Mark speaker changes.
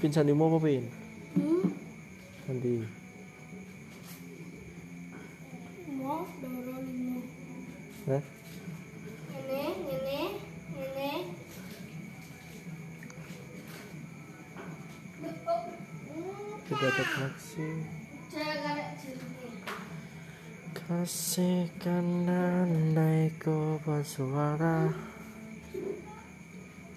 Speaker 1: Pin sandimu apa pin?
Speaker 2: Hmm,
Speaker 1: Sandi.
Speaker 2: mau doro lima.
Speaker 1: Nah,
Speaker 2: Ngene, ngene, ngene.
Speaker 1: tidak ada koneksi.
Speaker 2: Saya garek jernih.
Speaker 1: Kasihkan andai ku bersuara